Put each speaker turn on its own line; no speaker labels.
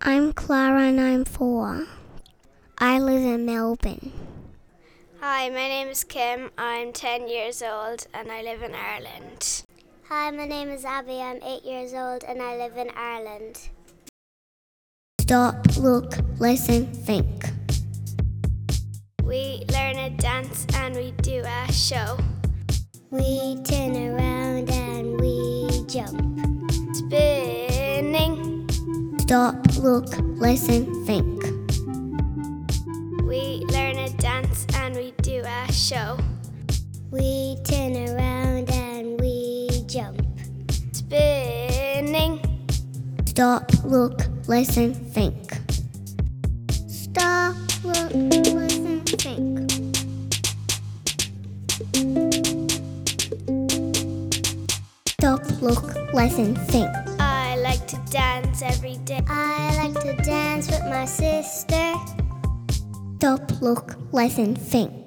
I'm Clara and I'm four. I live in Melbourne.
Hi, my name is Kim. I'm 10 years old and I live in Ireland.
Hi, my name is Abby. I'm eight years old and I live in Ireland.
Stop, look, listen, think.
We learn a dance and we do a show.
We turn around and we jump.
Spinning.
Stop, look, listen, think.
We learn a dance and we do a show.
We turn around and we jump.
Spinning.
Stop, look, listen, think.
Stop, look, listen, think.
Stop, look, listen, think.
I like to dance every day.
I like to dance with my sister.
Stop, look, listen, think.